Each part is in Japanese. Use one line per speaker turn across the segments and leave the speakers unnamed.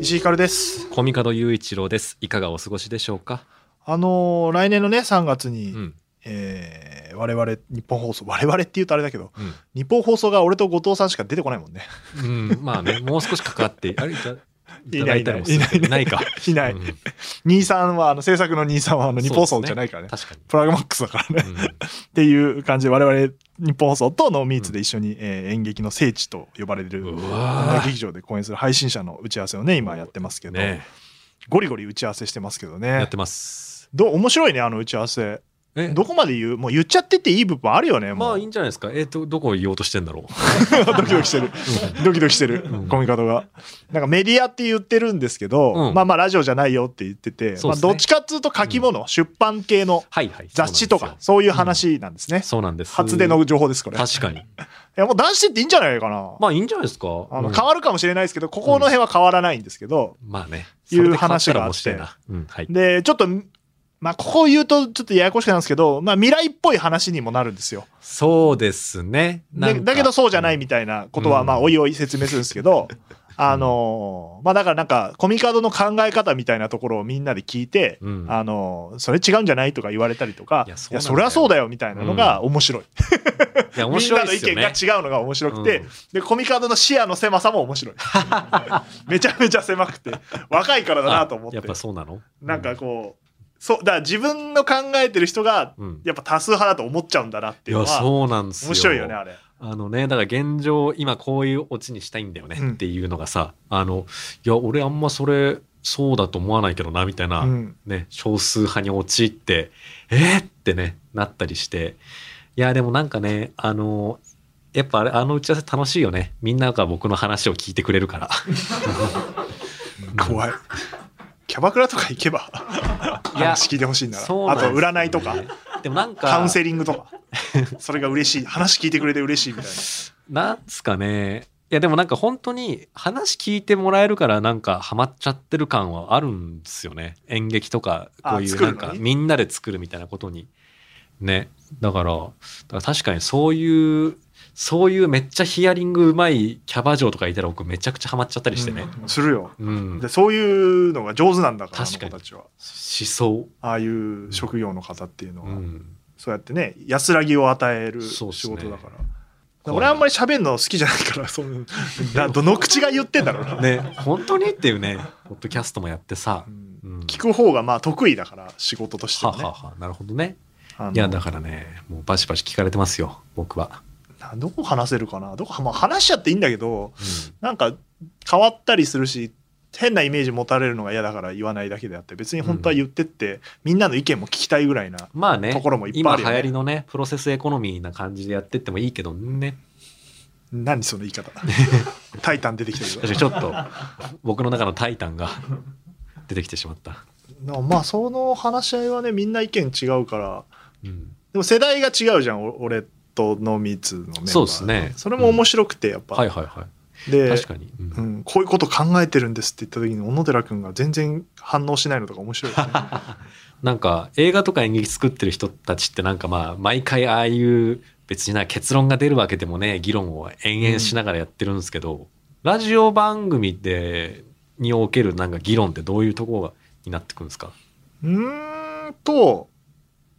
石井ひかるです。
コミカド雄一郎です。いかがお過ごしでしょうか。
あのー来年のね3月
う
に、
ん、
えー我々日本放送我々って言うとあれだけど
うん、
日本放送が俺と後藤さんしか出てこないもんね。
うん、まあね、もう少しかかって、あれ、いた
い
いた
な
だ
い
いたりもするけど
いない
ないか。
いない。
うん
兄さんはあの制作の兄さんはあの日本放送じゃないからね。
確かに。
プラグマックスだからね、
うん
っていう感じで我々日本放送とノーミーツで一緒に、えー演劇の聖地と呼ばれる
う
音
わ
楽劇場で公演する配信者の打ち合わせをね今やってますけ
ー
ど、
ね
ゴリゴリ打ち合わせしてますけど
え、や
ね
ってます。
どう面白いねあの打ち合わせ
え、
どこまで言うもう言っちゃってっていい部分あるよねも
ま
う、
あいいんじゃないですか。えっ、と、どこを言おうとしてんだろう。
ドキドキしてるドキドキしてる
うん
コミカドがなんかメディアって言ってるんですけど、
うん
まあまあラジオじゃないよって言ってて、
そう
まあ、
ですね
どっちかっつうと書き物、出版系の
はいはい。
雑誌とかそういう話なんですね、
そうなんですよ。
初出の情報ですこれい
確かに。
やもう出してっていいんじゃないかな、
まあいいんじゃないですか。
あの
うん
変わるかもしれないですけどここの辺は変わらないんですけど、
まあね。
いう話があって
それで変わたら面白いなうん、はい。
でちょっとまあここを言うとちょっとややこしくなるんですけど、まあ、未来っぽい話にもなるんですよ
そうですね。な
で
んか
だけどそうじゃないみたいなことは
うん
まあおいおい説明するんですけど、あのーまあだからなんかコミカドの考え方みたいなところをみんなで聞いて、
うん
あのーそれ違うんじゃないとか言われたりとかい
い
や
やそ
そう
なんだよ
りゃそうだよみたいなのが面白い,、
いや面白いですよ
みんなの
ね
意。見が違うのが面白くて、
うん
でコミカドの視野の狭さも面 白いめちゃめちゃ狭くて若いからだなと思っ
あ
て
やっぱそうなの
なんかこうそうだから自分の考えてる人が
うん。
やっぱ多数派だと思っちゃうんだなって
い
いうの
や、
は
そうなんですよ。
面白いよねあれ。
あのね、だから現状、今こういうオチにしたいんだよね
うん
っていうのがさ、あの、いや、俺あんまそれ、そうだと思わないけどな、みたいな、
うん
ね、少数派に陥って、えー、ってね、なったりして。いや、でもなんかね、あの、やっぱあれ、あの打ち合わせ楽しいよね。みんなが僕の話を聞いてくれるから。
怖い。キャバクラとか行けば、
い や
話聞いてほしいなら。あと
そうなんですよね
占いとか、。
でもなんか、
カウンセリングとか。それが嬉しい。話聞いてくれて嬉しいみたいな。
なんすかね。いやでもなんか本当に話聞いてもらえるからなんかハマっちゃってる感はあるんですよね。演劇とかこうい
あ
う
作
な
る
ん
のね
かみんなで作るみたいなことに。ね。だから、だから確かにそういう、そういうめっちゃヒアリングうまいキャバ嬢とかいたら僕めちゃくちゃハマっちゃったりしてね。
うんするよ。
うん。
で、そういうのが上手なんだから、あの
確か
子た
に
ちは。
しそう。
ああいう職業の方っていうの
う
は、
ん。
そうやってね、安らぎを与える仕
そうっすね
事だから。俺あんまり喋るの好きじゃないから、その、などの口が言ってんだろうな。
ね、本当にっていうね、ポッドキャストもやってさ
う。ん
うん、
聞く方がまあ得意だから、仕事として
は
は
は
ね。
はなるほどね。
あの
いや、だからね、もうバシバシ聞かれてますよ、僕は。
などこ話せるかなどこ、まあ、話しちゃっていいんだけど
うん
なんか変わったりするし変なイメージ持たれるのが嫌だから言わないだけであって別に本当は言ってって、みんなの意見も聞きたいぐらいな
まあね、
ところもいっぱい
今
あ
流
るよね
行りのね、プロセスエコノミーな感じでやってってもいいけどね。
何その言い 方タイタン出てきたけ
確か
ど
にちょっと、 僕の中のタイタンが出てきてしまった。
でもまあその話し合いはねみんな意見違うから
うん。
でも世代が違うじゃんお俺とのみつのメンバー
そうですね
それも面白くてやっぱ、
はいはいは
で
い。確かに。うん
うん、こういうこと考えてるんですって言った時に小野寺君が全然反応しないのとか面白いよ ね
なんか、映画とか演劇作ってる人たちってなんかまあ、毎回ああいう、別にな結論が出るわけでもね、議論を延々しながらやってるんですけど、ラジオ番組で、におけるなんか議論ってどういうところがになってくるんですか
うーんと、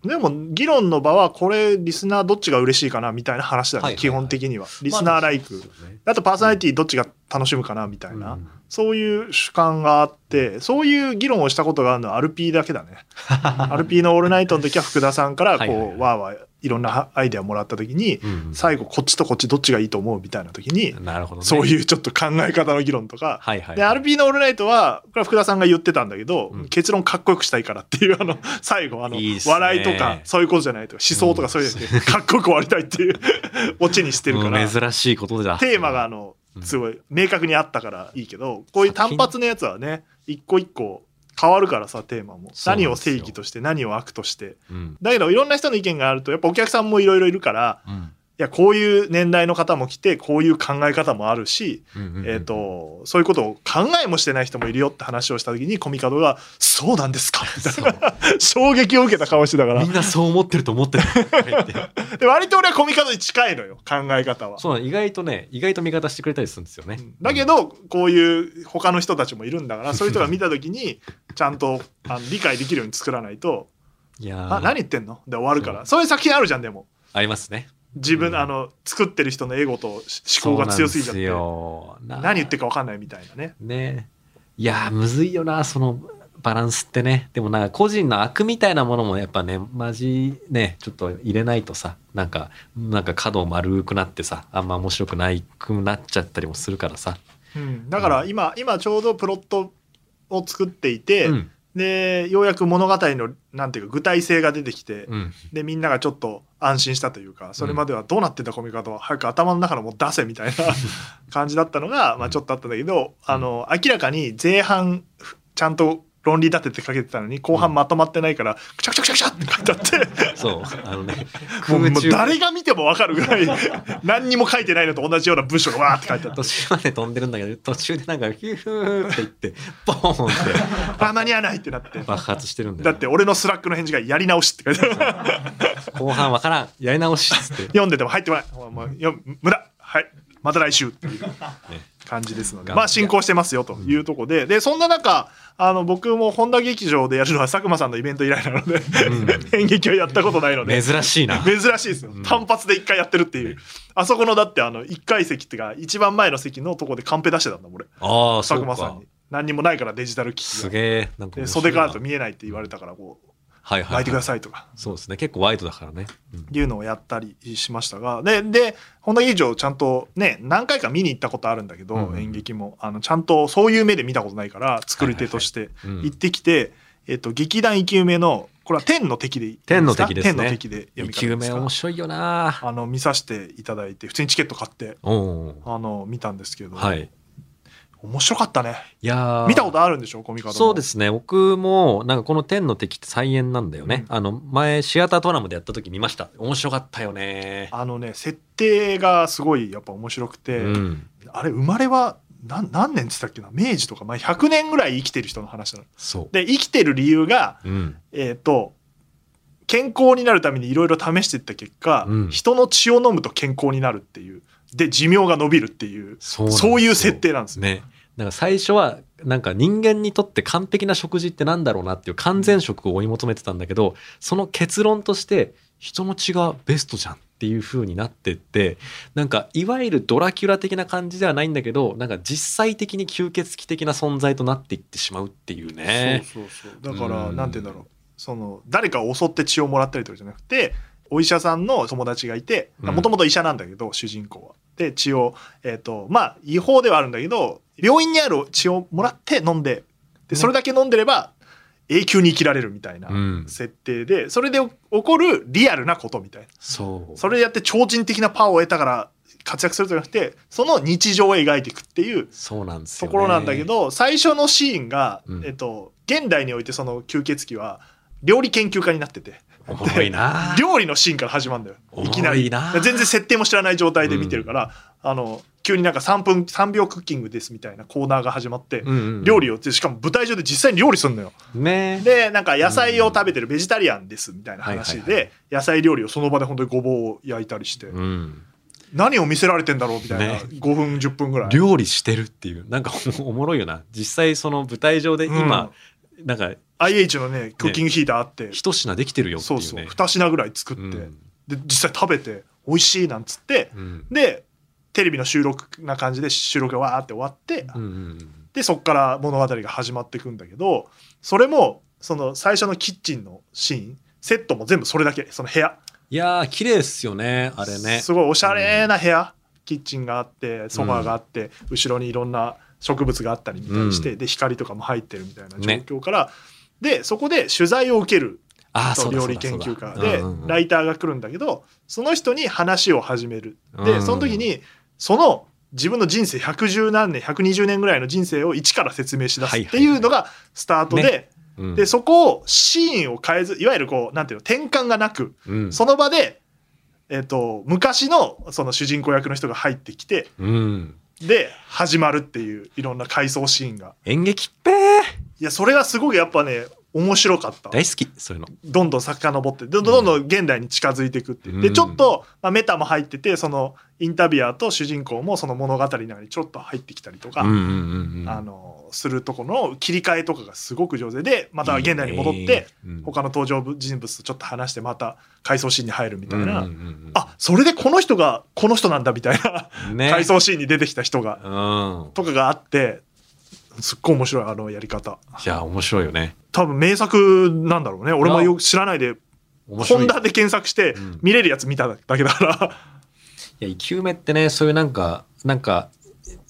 でも議論の場はこれリスナーどっちが嬉しいかなみたいな話だね、
はいはいはい
基本的には。リスナーライク。あとパーソナリティどっちが楽しむかなみたいな、
うん
そういう主観があって、そういう議論をしたことがあるのは RP だけだね。RP のオールナイトの時は福田さんからこう、
はいはいはい
わーわーいろんなアイデアもらった時に、
うん
最後こっちとこっちどっちがいいと思うみたいな時に、
なるほどね。
そう
う。
いうちょっと考え方の議論とか、
はいはい。
で、RP のオールナイトは、これは福田さんが言ってたんだけど、
うん
結論かっこよくしたいからっていう、 あの、最後、あの、
いいっすね
笑いとか、そういうことじゃないとか、思想とかそういうので、かっこよく終わりたいっていう、 オチにしてるから、
うん珍しいことだ
テーマが、あの、
うん
すごい、明確にあったからいいけど、こういう単発のやつはね、一個一個変わるからさ、テーマも。
そうなんです
何
よ
を正義として、何を悪として。
うん
だけど、いろんな人の意見があると、やっぱお客さんもいろいろいるから、やこういう年代の方も来てこういう考え方もあるし、えー、とそういうことを考えもしてない人もいるよって話をした時にコミカドが「そうなんですか」 みたい
そう
な衝撃を受けた顔してたから
みんなそう思ってると思ってる
で割と俺はコミカドに近いのよ考え方は。
そうなの意外とね意外と味方してくれたりするんですよね、
だけどこういう他の人たちもいるんだ からそういう人が見た時にちゃんとあの理解できるように作らないと
いや
「
ー
あ何言ってんの?」で終わるからそういう作品あるじゃんでも
ありますね
自分、
うん
あの作ってる人のエゴとし思考が強すぎちゃって
そうなんですよ
何言ってるか分かんないみたいなね。
ねいやーむずいよなそのバランスってねでもなんか個人の悪みたいなものもやっぱねマジねちょっと入れないとさなんかなんか角丸くなってさあんま面白くないくなっちゃったりもするからさ、
うんだから今今ちょうどプロットを作っていて、
うん
でようやく物語のなんていうか具体性が出てきて、
うん、
でみんながちょっと安心したというかそれまではどうなってんだコミカドは早く頭の中のもう出せみ たいな感じだったのが、まあ、ちょっとあったんだけど、あの明らかに前半ふちゃんと論理立ててかけてたのに後半まとまってないから、くちゃくちゃくちゃくちゃって書いてあって
そうあの ね
もう
空
もう
中
誰が見ても分かるぐらい 何にも書いてないのと同じような文章がわーって書いてあっ
途中まで飛んでるんだけど途中でなんかヒューヒューって言ってボーンった
あ間に合わないってなって
て爆発してるんだ
だ
よ
って俺のスラックの返事が「やり直し」って書いてある。
後半わからんやり直しっつ って
読んでても入ってこない。もうもうよ無駄。はい。また来週っていう感じですので、
ね
まあ進行してますよというとこで、で、そんな中、あの、僕も本田劇場でやるのは佐久間さんのイベント以来なので、演劇をやったことないので、
珍しいな
珍しいですよ。単発で一回やってるっていう。あそこの、だってあの、一階席っていうか、一番前の席のとこでカンペ出してたんだもん、俺。
ああそ
佐久
う
間さん
か
に。何にもないからデジタル機器
す
が。
げえなんか面白い
で、袖
な
からだと見えないって言われたから、こう、
はいはい、は
巻いてくださいとか。
そうですね結構ワイドだからね、うん
いうのをやったりしましたがでで本田劇場ちゃんとね何回か見に行ったことあるんだけど、
うん
演劇もあのちゃんとそういう目で見たことないから作り手として
いはいはいうん
行ってきて、えっと劇団生き埋めのこれは天の敵でいい
天の敵ですね
天の敵で読み
生
方
き
で
埋
す
め
か
面白いよな
あの見させていただいて普通にチケット買って
おお
あの見たんですけど、
はい
面白かったね
いやー
見たことあるんでしょコミカドも
そうですね僕もなんかこの「天の敵」って再演なんだよね、
う
あの前シアタートラムでやった時見ました面白かったよね
あのね設定がすごいやっぱ面白くて、
うん
あれ生まれはなん何年って言ったっけな明治とか、まあ、100年ぐらい生きてる人の話なの。
そう
で生きてる理由が、
うん
えー、と健康になるためにいろいろ試していった結果、
うん
人の血を飲むと健康になるっていうで寿命が伸びるっていう
そなんですよ
そういう設定なんですね。
ねなんか最初はなんか人間にとって完璧な食事ってなんだろうなっていう完全食を追い求めてたんだけどその結論として人の血がベストじゃんっていう風になってってなんかいわゆるドラキュラ的な感じではないんだけどなんか実際的に吸血鬼的な存在となっていってしまうっていうね。
そうそうそうだから、
うん
なんて言うんだろうその誰かを襲って血をもらったりとかじゃなくてお医者さんの友達がいて
うん
もともと医者なんだけど、主人公は。で血を、えー、とまあ違法ではあるんだけど病院にある血をもらって飲んででそれだけ飲んでれば永久に生きられるみたいな
うん、
設定でそれで起こるリアルなことみたいな
そう
それやって超人的なパワーを得たから活躍するじゃなくてその日常を描いていくっていう
そうなんです
と
よ、ね。
ころなんだけど最初のシーンが、
うん
えっと、現代においてその吸血鬼は料理研究家になってて
おもろい な。
料理のシーンから始まるんだよいきな
多い
り
な
全然設定も知らない状態で見てるから、あの急になんか3分3秒クッキングですみたいなコーナーが始まって、
うんうん
料理をしかも舞台上で実際に料理するのよ。
ね。
でなんか野菜を食べてるベジタリアンですみたいな話
はいはい
で野菜料理をその場で本当にごぼうを焼いたりして、
うん。
何を見せられてんだろうみたいな、
ね
5分10分ぐらい。
料理してるっていうなんかおおもろいよな実際その舞台上で今、なんか
IH のねクッキングヒーターあって、
一品できてるよってい
そうう
ね
そう2品ぐらい作って、
うん
で実際食べて美味しいなんつって、
うん
でテレビの収録な感じで収録がわーって終わって、
うんうん
でそっから物語が始まっていくんだけどそれもその最初のキッチンのシーンセットも全部それだけその部屋
いやー綺麗っすよねあれね
すごいおしゃれな部屋、キッチンがあってソファーがあって、後ろにいろんな植物があったりみたいにして、
う
で光とかも入ってるみたいな
ね
状況から、でそこで取材を受ける
あー
と
そうだ
料
そう
理
だそ
研
うだ
究家で
うんうんうん
ライターが来るんだけどその人に話を始める
うんう
で
ん
その時にその自分の人生110何年120年ぐらいの人生を一から説明しだすっていうのがスタートで、
ねうん
でそこをシーンを変えずいわゆるこうなんていうの転換がなく
うん
その場でえっと昔のその主人公役の人が入ってきて
うん。
で始まるっていういろんな回想シーンが
演劇っぺー
いやそれがすごくやっぱね面白かった
大好き、そういうの。
どんどん遡ってどんどんどんどん現代に近づいていくっていう、
う
で
ん
ちょっと、まあ、メタも入っててそのインタビュアーと主人公もその物語の中にちょっと入ってきたりとか、
うんうんうんうん。
あのするとこの切り替えとかがすごく上手でまた現代に戻って
いいね、うん
他の登場人物とちょっと話してまた回想シーンに入るみたいな、
うんうんうんうん
あそれでこの人がこの人なんだみたいな、
ね
回想シーンに出てきた人が
うん。
とかがあってすっごい面白いあのやり方
いや、面白いよね。
多分名作なんだろうね俺もよく知らないで
面白
ホ
い。
ンダで検索して
うん
見れるやつ見ただけだ から、
いや、生き埋めってね、そういうなんか、なんか、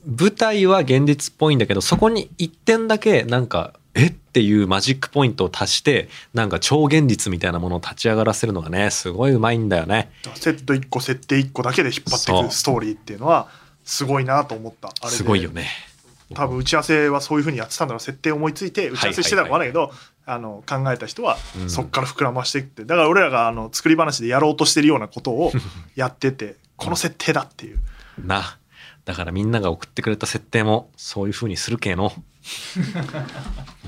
舞台は現実っぽいんだけど、そこに一点だけ、なんか、えっていうマジックポイントを足して、なんか超現実みたいなものを立ち上がらせるのがね、すごいうまいんだよね。
セット1個設定1個だけで引っ張ってい
そう
くストーリーっていうのはすごいなと思ったあれです
ごいよね。
多分打ち合わせはそういうふうにやってたんだろう設定思いついて打ち合わせしてたのかわかんないけど、あの考えた人は
うん
そっから膨らましていって、だから俺らがあの作り話でやろうとしてるようなこと をやっててこの設定だっていう
な。だからみんなが送ってくれた設定も、そういう風にするけの。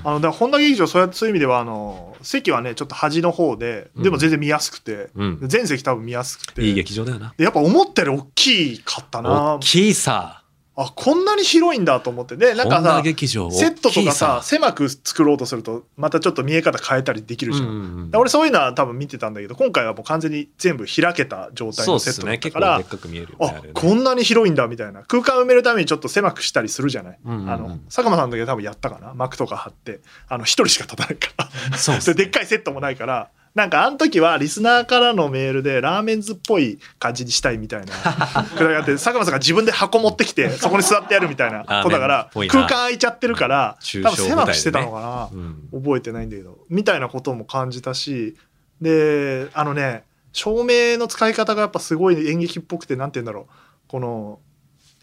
あのだから本田劇場そうやそういう意味ではあの席はねちょっと端の方ででも全然見やすくて、
うん
全席多分見やすくて
いい劇場だよな。
でやっぱ思ったより大きかったな
大きいさ。
あこんなに広いんだと思ってでなんか
本田
さ
劇場
セットとかさ
大きい
狭く作ろうとするとまたちょっと見え方変えたりできるじゃん、
うんうんうん
だから俺そういうのは多分見てたんだけど今回はもう完全に全部開けた状態
そ
の
うっ
セッ
す
トだ
ね。
った
結
か
構
ら、
でっかく見えるよね。
あ
れね
こんなに広いんだみたいな空間埋めるためにちょっと狭くしたりするじゃない、
うんうんうん
あの佐久間さんの時は多分やったかな幕とか張ってあの一人しか立たないから
そう っす
で
ね
でっかいセットもないからなんかあの時はリスナーからのメールでラーメンズっぽい感じにしたいみた いなくらいがあって佐久間さんが自分で箱持ってきてそこに座ってやるみたいなことだか
ラー
ら
メンっぽいな
空間空いちゃってるから
中
多
小
分
舞台でね
狭くしてたのか
う
な、
ん
覚えてないんだけどみたいなことも感じたしであのね照明の使い方がやっぱすごい演劇っぽくてなんて言うんだろうこの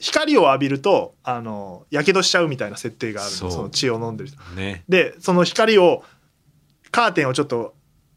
光を浴びるとあのやけどしちゃうみたいな設定があるの
そう
その血を飲んでる人
ね。
でその光をカーテンをちょっと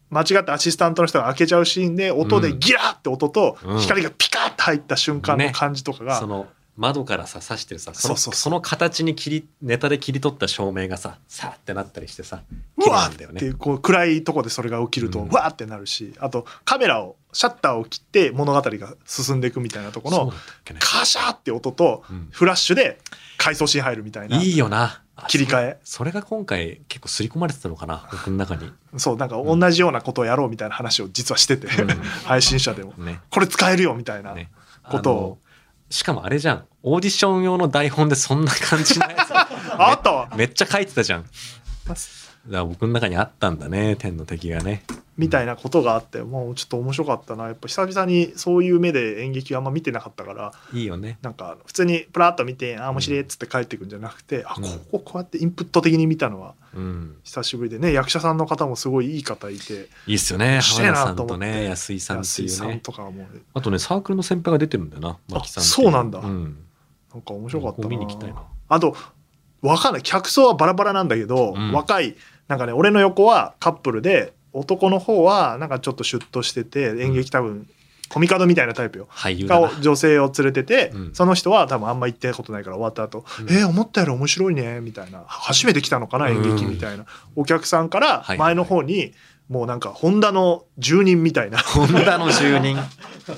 間違ってアシスタントの人が開けちゃうシーンで音でギラーって音と
うん
光がピカッて入った瞬間の感じとかが、
その窓からさ刺してるさその
そうそうそう
その形に切りネタで切り取った照明がささーってなったりしてさ
う
な
わ
んだ
ー
よ
っ
ね
てこう暗いとこでそれが起きると、
うん
うわーってなるしあとカメラをシャッターを切って物語が進んでいくみたいなとこ
そう
の
だったっけね
カシャーって音と
うん
フラッシュで回想シーン入るみたいない
いよなあ
切り替え
それそれが今回結構刷り込まれてたのかな僕の中に、
そうなんか同じようなことをやろうみたいな話を実はしてて、
うん
配信者でも
ね
これ使えるよみたいな、
ね
ことを
あのしかもあれじゃんオーディション用の台本でそんな感じのや
ああったわ
つめっちゃ書いてたじゃんだから僕の中にあったんだね天の敵がね
みたいなことがあってもうちょっと面白かったなやっぱ久々にそういう目で演劇あんま見てなかったから
いいよね
なんか普通にプラッと見てあー面白いっつって帰ってくんじゃなくて、あ
うん
こここうやってインプット的に見たのは
うん
久しぶりでね役者さんの方もすごいいい方いて
いいっすよね
して
浜
え
田
な
さん
と思
と
って
ね安井さんって
安
い
井
う
さん
ね
とかもね
あとね、サークルの先輩が出てるんだよな、
あ
マキさんってい
そうなんだ
うん。
なんか面白かったな
見に行きたいな。
あとわかんない客層はバラバラなんだけど、
うん
若いなんかね俺の横はカップルで男の方はなんかちょっとシュッとしてて演劇多分、コミカドみたいなタイプよ
俳優だな
が。女性を連れてて、
うん
その人は多分あんま行ったことないから終わった後、
うん
えー思ったより面白いねみたいな初めて来たのかな演劇みたいな、お客さんから
はい
前の方に、もうなんかホンダの住人みたい な
ホンダの住 人。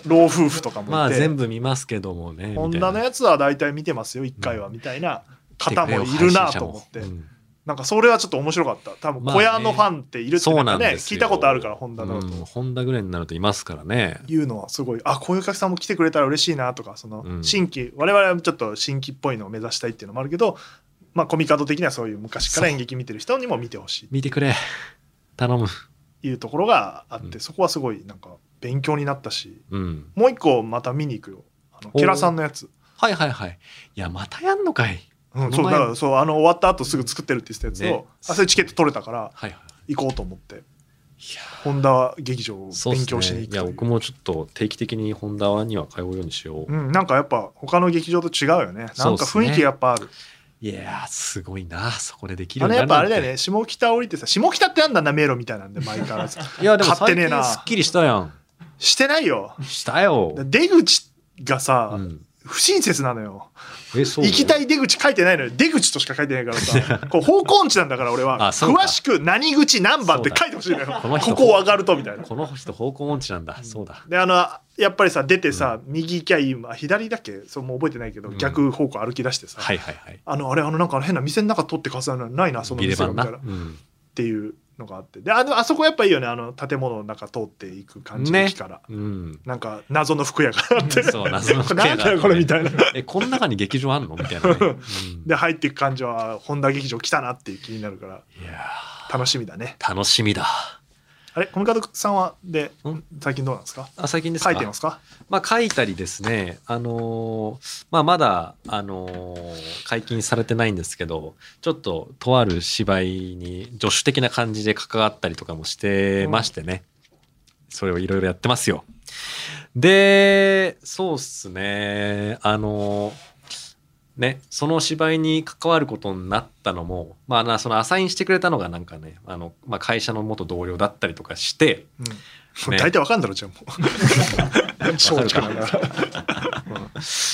老夫婦とかもいて、
まあ全部見ますけどもね。
ホン
みた
ダ
い
の
な
やつは大体見てますよ1回はみたいな方もいるなと思って、
うん
なんかそれはちょっと面白かった多分
まあ
小
ね
屋のファンっているってなん
そうな
か
ん
ね、
です
聞
よ
いたことあるからホンダのと。
うんホンダぐらいになるといますからね。
いうのはすごいあこういうお客さんも来てくれたら嬉しいなとかその
うん
新規、我々はちょっと新規っぽいのを目指したいっていうのもあるけど、まあ、コミカド的にはそういう昔から演劇見てる人にも見てほしいっ
見てくれ。頼む。
ていうところがあって、
うん
そこはすごいなんか勉強になったし
うん。
もう一個また見に行くよあの
おー
ケラさんのやつ、
はいはいはい。いや、またやんのかい。
うん、
こ
そ
の
うだ
前
からそうあの終わった後すぐ作ってるって言ってたやつを、
ね
あそれチケット取れたから
はいはい。
行こうと思って
いや
本田劇場を
そうっ
勉
す
強し
ね。
に行
い
くとい
や、
う
僕もちょっと定期的にホンダには通うようにしよう
う。ん、なんかやっぱ他の劇場と違うよねな
そうんっ
か
すね
雰囲気やっぱある
いやー、すごいな。そこででき
あ
るよう
れ
にな
やっ
るな
ぱあ
ん
れ
て
だよね下北降りてさ下北ってあんだな迷路みたいなんで前から
いや、でも
買って
最
ねえな
近すっきりしたやん。
してないよ。
したよ。
出口がさ、
うん
不親切なのよ。
え、そう
行きた
い。
い出口書いてないのよ。出口としか書いてないから さ。こう方向音痴なんだから俺は。
あそうか
詳しく何口何番って書いてほしいのよ。
この人
ここを上がるとみたいな。
この人方向音痴なんだ。そうだ。
であのやっぱりさ出てさ、右行きゃいいまあ左だっけそうもう覚えてないけど、
うん
逆方向歩き出してさ、
はいはいはい。
あのあれあのなんか変な店の中取って飾るのないなその
ビレ
店
バ
が
ン
みた
な。う
いなっ
ん。
ていうのがあってであのあそこやっぱいいよねあの建物の中通っていく感じの
ね
木から、
うん。
なんか謎の服屋があって
そう謎の服屋が
な
あっ
ん
て
だよこれみたいな
え、この中に劇場あんのみた いなね。うん
で入っていく感じは本田劇場来たなっていう気になるから
いや
楽しみだね
ー楽しみだ。
あれコミカドさんはで
うん
最近どうなんですか
あ、最近です
書
か
いてますか
まあ、書いたりですね、あのーまあ、まだ、あのー解禁されてないんですけどちょっととある芝居に助手的な感じで関わったりとかもしてましてね、それをいろいろやってますよ。でそうっすねあのーね、その芝居に関わることになったのも、まあな、そのアサインしてくれたのがなんかねあの、まあ、会社の元同僚だったりとかして、
うん
ね
大体わかんだろじゃあも う松竹なんだから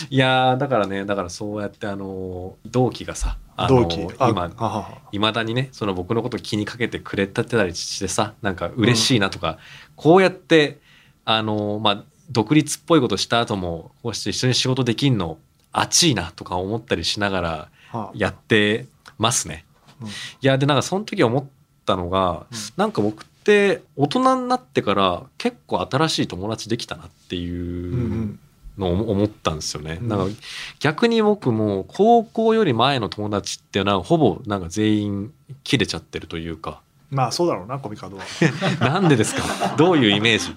いやーだからねだからそうやってあのー同期がさ、あの
同
ー
期
今いまだにねその僕のこと気にかけてくれたってたりしてさなんか嬉しいなとか、こうやってあのーまあ独立っぽいことした後もこうして一緒に仕事できんの熱いなとか思ったりしながら
あ
やってますね。
うん
いやでなんかその時思ったのが、
うん
なんか僕って大人になってから結構新しい友達できたなっていう。のを思ったんですよね。
うん
なんか逆に僕も高校より前の友達っていうのはほぼなんか全員切れちゃってるというか、
まあそうだろうなコミカドは、
なんでですか？ どういうイメージ？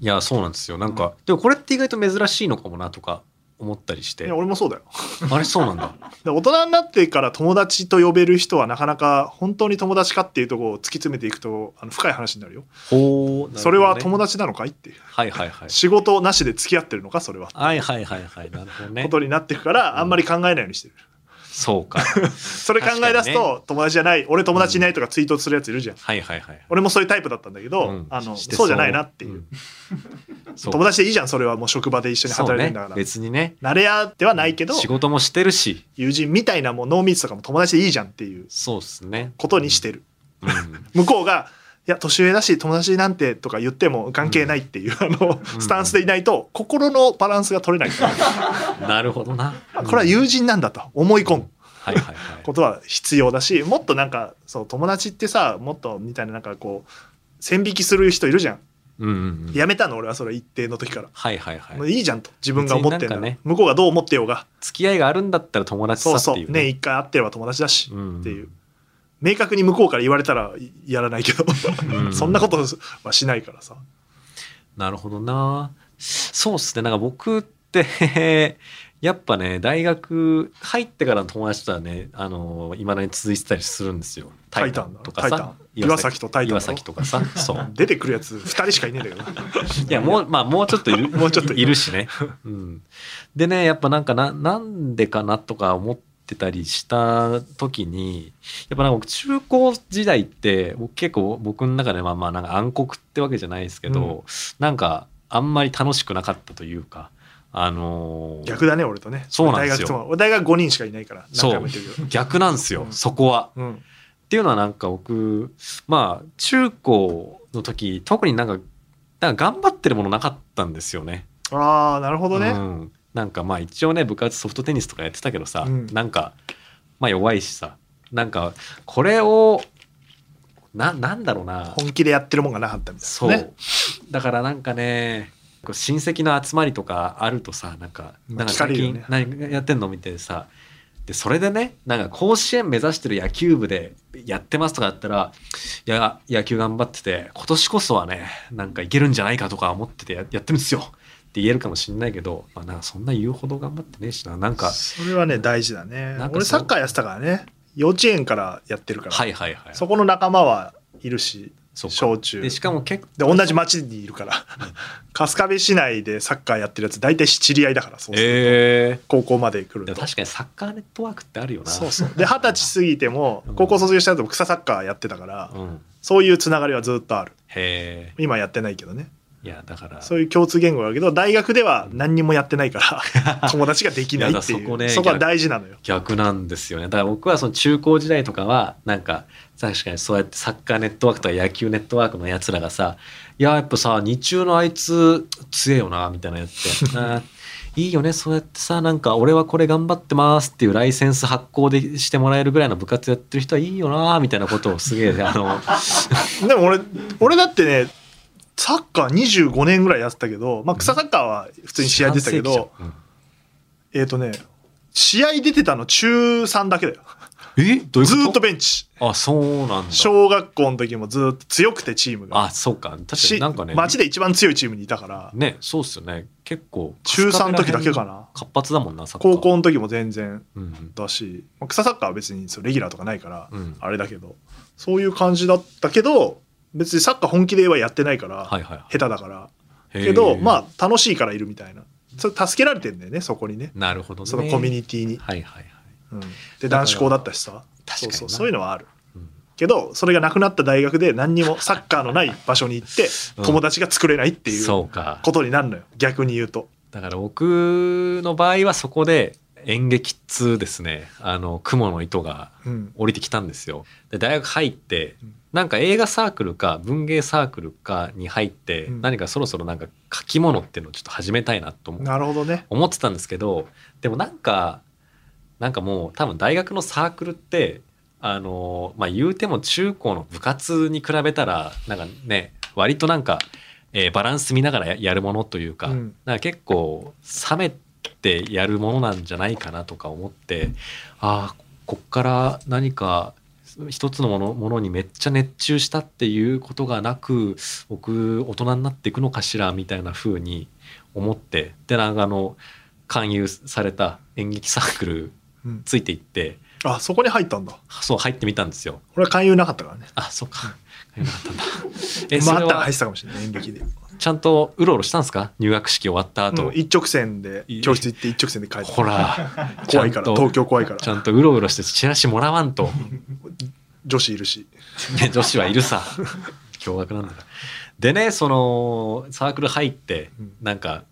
いやそうなんですよ。なんか、でもこれって意外と珍しいのかもなとか思ったりし
い
て
や、俺もそうだよ
あれそうなんだ。
で大人になってから友達と呼べる人はなかなか本当に友達かっていうところを突き詰めていくとあの深い話になるよ
ほう、なるほどね
それは友達なのかいっていう
はいはいはい。
仕事なしで付き合ってるのかそれは、
はいはいはいはい。なるほどね
こ。とになっていくからあんまり考えないようにしてる、
そうか。
それ考え出す
確か
と、友達じゃない俺友達いないとかツイートするやついるじゃん、
はいはいはい。
俺もそういうタイプだったんだけど、
うん
あの
して
そうじゃないなっていう、
んそう
友達でいいじゃんそれはもう職場で一緒に働いてるんだか
そうね
ら、
別にね。
慣れ合ってはないけど
仕事もしてるし。
友人みたいなもう濃密とかも友達でいいじゃんっていう
そうですね。
ことにしてる、
うん。うん
向こうが「いや年上だし友達なんて」とか言っても関係ないっていう、あの
うん
スタンスでいないと心のバランスが取れないから
なるほどな。
これは友人なんだと思い込む
はいはいはい。
ことは必要だしもっとなんかそう友達ってさもっとみたいななんかこう線引きする人いるじゃん
うんうんうん。
やめたの俺はそれ一定の時から。
はいはい
も
は
う
い。
いいじゃんと自分が思ってん
別
だ
になんかね
向こうがどう思ってようが
付き合いがあるんだったら友達
そう
さ
そ
っ
う
ていう、
ね一回会ってれば友達だし、
うん
っていう明確に向こうから言われたらいやらないけど、
う ん
そんなことはしないからさ、
なるほどな。そうっすね。なんか僕って、 やっぱね、大学入ってからの友達とはね、あの、いまだに続いてたりするんですよ。
タイタンだ
とか
タイタ
さ
ン。岩崎とタイタンだろ
岩崎とかさ。そう。
出てくるやつ2人しかいねえんだけ ど
いや、もう、まあ、もうちょっといる、
もうちょっといる
いるしね。うん。でね、やっぱなんかな、なんでかなとか思ってたりした時に、やっぱなんか僕中高時代って、僕結構僕の中でまあまあなんか暗黒ってわけじゃないですけど、
うん
なんかあんまり楽しくなかったというか、あのー
逆だね俺とね
そうなんです
大
よ
学とも大学5人しかいないから
そう
何回も言ってるけど
逆なんですよ
う、ん
そこは。
うん
っていうのはなんか僕まあ中高の時特になんかなんか頑張ってるものなかったんですよね。
ああなるほどね、
うん、なんかまあ一応ね部活ソフトテニスとかやってたけどさ、
うん
なんかまあ弱いしさなんかこれをななんだろうな
本気でやってるもんがなかったみた
そ、
いうなね
だからなんかねこう親戚の集まりとかあるとさなんか「
まあ
なん
聞か
か最
れるよ
近、
ね
何やってんの?」みたいなさでそれでねなんか甲子園目指してる野球部でやってますとかだったら「いや野球頑張ってて今年こそはねなんかいけるんじゃないか」とか思っててややってるんですよって言えるかもしんないけど、まあ、なんかそんな言うほど頑張ってねえしななんか
それはね大事だね
なんかそう
俺サッカーやってたからね幼稚園からやってるから、
はいはいはい
そこの仲間はいるし
そうか
小中
でしかも結構
で同じ町にいるから春日部市内でサッカーやってるやつ大体知り合いだからそうすると
え
高校まで来
ー
る
でも
と
確かにサッカーネットワークってあるよな
そうそうで二十歳過ぎても
うん
高校卒業した後も草サッカーやってたから、
うん、
そういうつながりはずっとある
へえ
今やってないけどね
いやだから
そういう共通言語があるけど大学では何にもやってないから 友達ができないっていう
いやだからそ
そ
こ
こ,、
ね
は大事なのよ
逆なんですよねだから僕はその中高時代とかはなんか確かにそうやってサッカーネットワークとか野球ネットワークのやつらがさ「いややっぱさ日中のあいつ強えよな」みたいなやって あーいいよねそうやってさなんか俺はこれ頑張ってますっていうライセンス発行でしてもらえるぐらいの部活やってる人はいいよなみたいなことをす げえあの
でも俺俺だってねサッカー25年ぐらいやってたけど、まあ、草サッカーは普通に試合出てたけど、
うん
えっ、とね試合出てたの中3だけだよ
えどういうこと
ずーっとベンチ
あそうなんだ
小学校の時もずーっと強くてチームが
あそうか確か
し
になんかね
街で一番強いチームにいたから
ねそうっすよね結構
中3の時だけかな
活発だもんなサッカー
高校の時も全然
うんうん
だしまあ草サッカーは別にそうレギュラーとかないから
うん
あれだけどそういう感じだったけど別にサッカー本気ではやってないから
はいはいは
下手だから
い
けど
へー
まあ楽しいからいるみたいなそれ助けられてんだよねそこにね
なるほどね
そのコミュ
テ
ニティに
ィはいはいはい
うんで男子校だったしさそ
確かに
う
な
そうそういうのはある
うん
けどそれがなくなった大学で何にもサッカーのない場所に行って
うん
友達が作れないっていう
そうか
ことになるのよ逆に言うと
だから僕の場合はそこで演劇通ですねあの雲の糸が
うん
降りてきたんですよで大学入って
うん
なんか映画サークルか文芸サークルかに入って、
うん
何かそろそろなんか書き物っていうのをちょっと始めたいなと思う
なるほどね
思ってたんですけどでもなんかなんかもう多分大学のサークルってあのまあ言うても中高の部活に比べたらなんかね割となんか、えーバランス見ながらややるものというか,、
うん
なんか結構冷めてやるものなんじゃないかなとか思ってああこっから何か一つのものものにめっちゃ熱中したっていうことがなく僕大人になっていくのかしらみたいな風に思ってでなんかあの勧誘された演劇サークル
うん
ついていって
あそこに入ったんだ
そう入ってみたんですよ
俺は勧誘なかったからね
あそっか勧誘なかったんだ え
ま
そ
あ
れ
あったら
は
入ってたかもしれない演劇で
ちゃんとうろうろしたんですか入学式終わった後、
うん一直線で
いい
教室行って一直線で帰って
ほら
怖いから
ちゃんと
東京怖いか
ちゃ
ら
んとうろうろしてチラシもらわんと
女子いるし
ね 女子はいるさ驚愕なんだからでねそのサークル入って
うん
なんか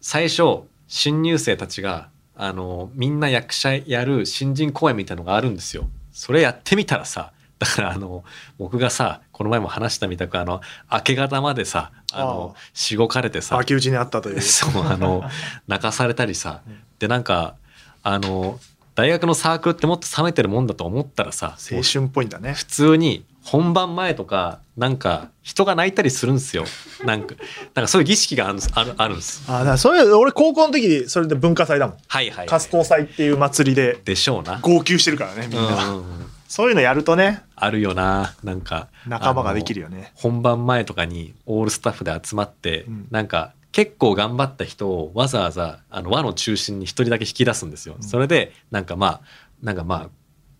最初新入生たちがあのみんな役者やる新人公演みたいのがあるんですよ。それやってみたらさだからあの僕がさこの前も話したみたくあの明け方までさあの
あ
しごかれてさ
秋打ちにあったという
そうあの泣かされたりさ
うん
でなんかあの大学のサークルってもっと冷めてるもんだと思ったらさ
青春っぽいんだね
普通に本番前とかなんか人が泣いたりするんですよなんかなんかそういう儀式があるんですあるあるんです
あだからそれ俺高校の時にそれで文化祭だもん
はいはい、は
春高祭っていう祭りで
い、でしょうな
号泣してるからねみん
う
なん
うんうん
そういうのやるとね
あるよななんか
仲間ができる
よ
よね
本番前とかにオールスタッフで集まって、
うん
なんか結構頑張った人をわざわざあの輪の中心に一人だけ引き出すんですよ、
うん
それでなんかまあなんかまあ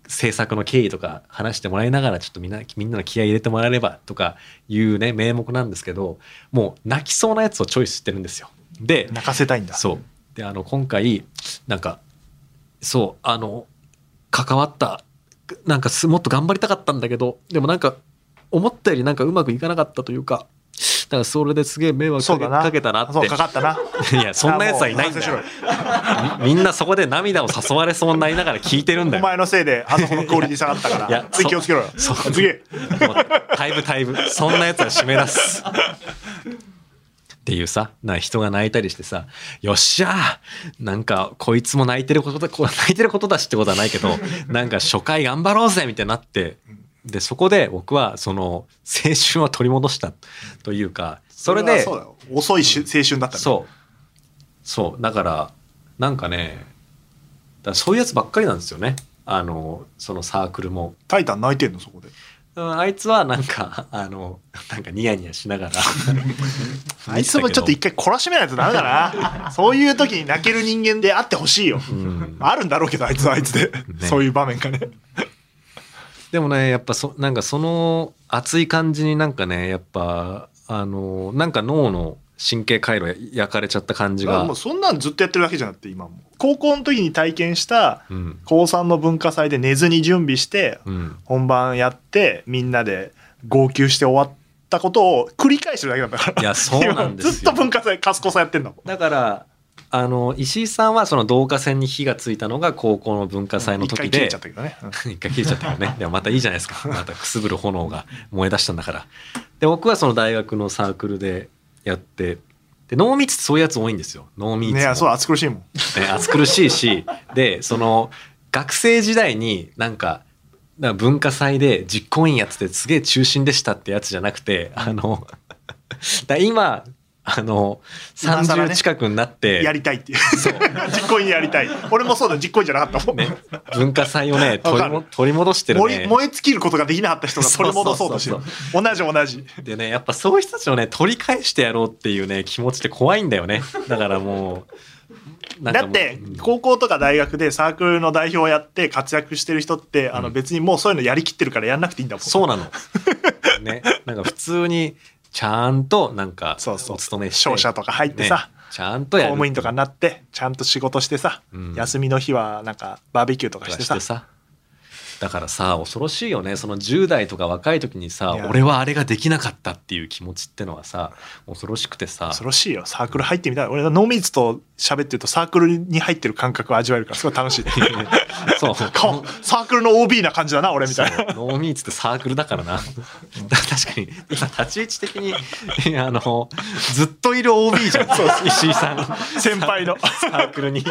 制作の経緯とか話してもらいながらちょっとみんなみんなの気合い入れてもらえればとかいうね名目なんですけどもう泣きそうなやつをチョイスしてるんですよ。で
泣かせたいんだ
そうであの今回なんかそうあの関わったなんかすもっと頑張りたかったんだけどでもなんか思ったよりなんかうまくいかなかったというかだからそれですげえ迷惑
そ
か
う
け
だな
かけたなっ
そうか
て
かったな
いやそんなやつはいないんだよ
あもう反省し
み みんなそこで涙を誘われそうになりながら聞いてるん
ろ
だ
よお
よ
前のせいであそこのクオリティ下がったか
いや
ら次気をつけろよ
そそう
次
もうタイムタイムそんなやつは締め出すっていうさな人が泣いたりしてさよっしゃーなんかこいつも泣いてることだこう泣いてることだしってことはないけどなんか初回頑張ろうぜみたいになってでそこで僕はその青春を取り戻したというかそれで
はうだよ遅いし青春だったね
そうそうだからなんかねだからそういうやつばっかりなんですよねあのそのサークルも。
タイタン泣いてんのそこで
うんあいつはなんか、あの、なんかニヤニヤしながら。
あいつもちょっと一回懲らしめないとダメだ なそういう時に泣ける人間であってほしいよ
うん
あるんだろうけどあいつはあいつで、
ね
そういう場面がね
でもね、やっぱそ、なんかその、熱い感じになんかねやっぱあのなんか脳の神経回路や焼かれちゃった感じ
だから
が
もうそんなんずっとやってるわけじゃなくて今も高校の時に体験した
うん
高3の文化祭で寝ずに準備して
うん
本番やってみんなで号泣して終わったことを繰り返してるだけなんだから
いやそうなんですよ
ずっと文化祭カスコさやってんだもん
だからあの石井さんはその導火線に火がついたのが高校の文化祭の
一
時
回切
で
れちゃったけどね、うん
一回切れちゃったよ ね。でもまたいいじゃないですか。またくすぶる炎が燃え出したんだから。で、僕はその大学のサークルでやって、で、脳密ってそういうやつ多いんですよ。脳密も。
ねえそう暑苦しいもん
ね暑苦しいし、で、その、学生時代になんか、なんか文化祭で実行委員やっててすげえ中心でしたってやつじゃなくて、あの、 だ今、あの、
今更ね
30近くになって、
やりたいっていう
そう
実行委員やりたい俺もそうだ実行委員じゃなかったもん、
ね、文化祭 をね、取りも取り戻してる
燃え
ね。
燃え尽きることができなかった人が取り戻そうとしてる
そう
同じ同じ
でねやっぱそういう人たちをね取り返してやろうっていうね気持ちって怖いんだよねだからもうなんか
だ
も
っ
う
て
うん
高校とか大学でサークルの代表をやって活躍してる人って、あの
うん
別にもうそういうのやりきってるからやんなくていいんだもん
そうなのねなんか普通にちゃんとなんか
そうそう
お勤めして
商社とか入ってさ、
ねちゃんと
公
やる
務員とかになってちゃんと仕事してさ、
うん
休みの日はなんかバーベキューとか
とか
して
し
さ
てさだからさ恐ろしいよねその10代とか若い時に
い
さ
や
俺はあれができなかったっていう気持ちってのはさ恐ろしくてさ
恐ろしいよサークル入ってみたい俺ノーミーツと喋ってるとサークルに入ってる感覚を味わえるからすごい 楽しい
そう
顔サークルの OB な感じだな俺みたいな
そう ノーミーツってサークルだからなだ確かに今立ち位置的にい やあのずっといる OB じゃん石井さん
先輩の
サークルに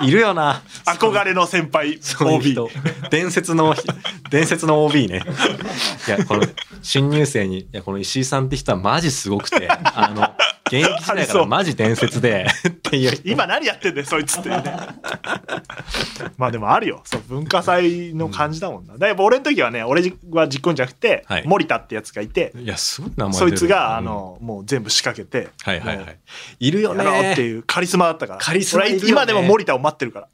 いるよな
憧れの先輩
そういう
OB
人伝説の伝説の OB ねいやこの新入生にいやこの石井さんって人はマジすごくてあの現役時代からマジ伝説でっていう人
今何やってんだよそいつ っていうねまあでもあるよそう文化祭の感じだもんな、だいぶ俺の時はね俺は実行じゃなくて、
はい
森田ってやつがいて
いやすごい名前出る
そいつがあ
うん
の、もう全部仕掛けて、
はいはいは
も
いいるよ
うやろう
ね
っていうカリスマだったから
カリスマいるよね
俺今でも森田を待ってるか